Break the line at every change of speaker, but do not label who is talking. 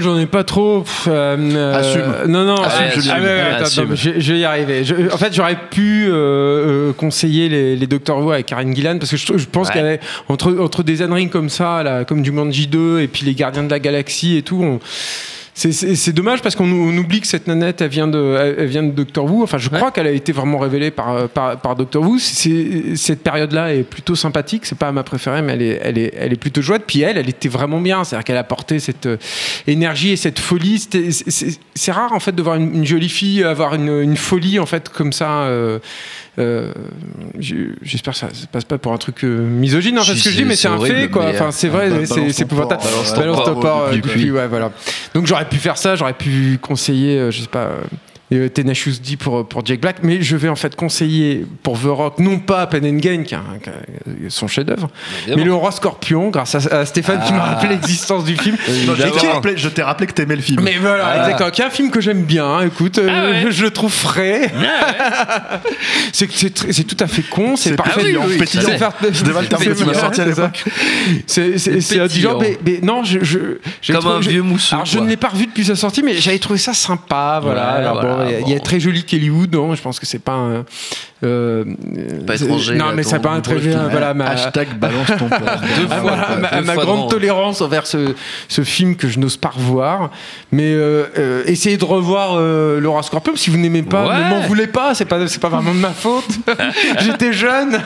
j'en ai pas trop. pff, euh, euh,
Assume.
Non, non.
Assume,
euh,
Julien.
ah ouais, ouais, attends,
Assume.
attends, je, je vais y arriver. Je- en fait, j'aurais pu euh, euh, conseiller les, les Doctor Who avec Karen Gillan parce que je, je pense
Ouais.
qu'elle est entre entre des Anne Ring comme ça, là, comme du Manji 2 et puis les Gardiens de la Galaxie et tout. on- c'est- c'est c'est dommage parce qu'on on oublie que cette nanette, elle vient de, elle, elle vient de Doctor Who. Enfin, je crois qu'elle a été vraiment révélée par, euh, par, par Doctor Who. C'est- cette période-là est plutôt sympathique. C'est pas ma préférée, mais elle est, elle est, elle est plutôt chouette. Puis elle, elle était vraiment bien. C'est-à-dire qu'elle apportait cette euh, énergie et cette folie. C'était- c'est- C'est c'est rare, en fait, de voir une, une jolie fille avoir une, une folie, en fait, comme ça. euh, euh, j'ai- J'espère que ça se passe pas pour un truc euh, misogyne, en fait,
Si,
ce que je
c'est-
dis, mais
c'est
c'est un
horrible,
fait, quoi.
mais, euh, bah,
Enfin, c'est vrai, c'est c'est épouvantable. Balance ton port, euh,
depuis.
depuis, ouais, voilà. Donc j'aurais pu faire ça, j'aurais pu conseiller, euh, je sais pas, euh, euh, Tenacious D pour, euh, pour Jack Black, mais je vais en fait conseiller pour The Rock, non pas Pen and Gain, qui est un- qui est son chef-d'œuvre, mais le roi scorpion, grâce à, à Stéphane qui m'a
Ah.
rappelé l'existence du film.
Non, je
Évidemment.
t'ai rappelé- je t'ai rappelé que t'aimais le film.
Mais voilà,
Ah.
exactement, qui est un film que j'aime bien, hein, écoute, euh,
Ah ouais. Ah
je le trouve frais. C'est c'est tr- c'est tout à fait con, c'est
C'est
parfait. Ah
pétillant,
C'est
pétillant.
faire-
Je dévale le terme
C'est
qui m'a
vrai,
sorti à
c'est ça.
l'époque.
C'est c'est- c'est
Pétillant.
indigent, mais, mais non, je, je, j'ai
Comme
trouvé-
un
j'ai-
vieux mousseux.
alors je
quoi.
ne l'ai pas revu depuis sa sortie, mais j'avais trouvé ça sympa. Voilà.
Ouais,
Alors, bon,
voilà,
il y a-
bon.
il y a très joli Kelly Wood, non Je pense que c'est pas un. euh,
Pas
c'est-
étranger,
Non,
là,
mais
ton
c'est pas un
nombreux
hein, très bien.
film.
Voilà, ma,
Hashtag balance ton port.
Deux
ah,
fois,
voilà,
quoi.
ma-
Deux
ma
fois
grande
devant.
tolérance envers ce, ce film que je n'ose pas revoir. Mais euh, euh, essayez de revoir euh, Laura Scorpion si vous n'aimez pas.
Ouais.
Ne m'en voulez pas, c'est pas, c'est pas vraiment de ma faute. J'étais jeune.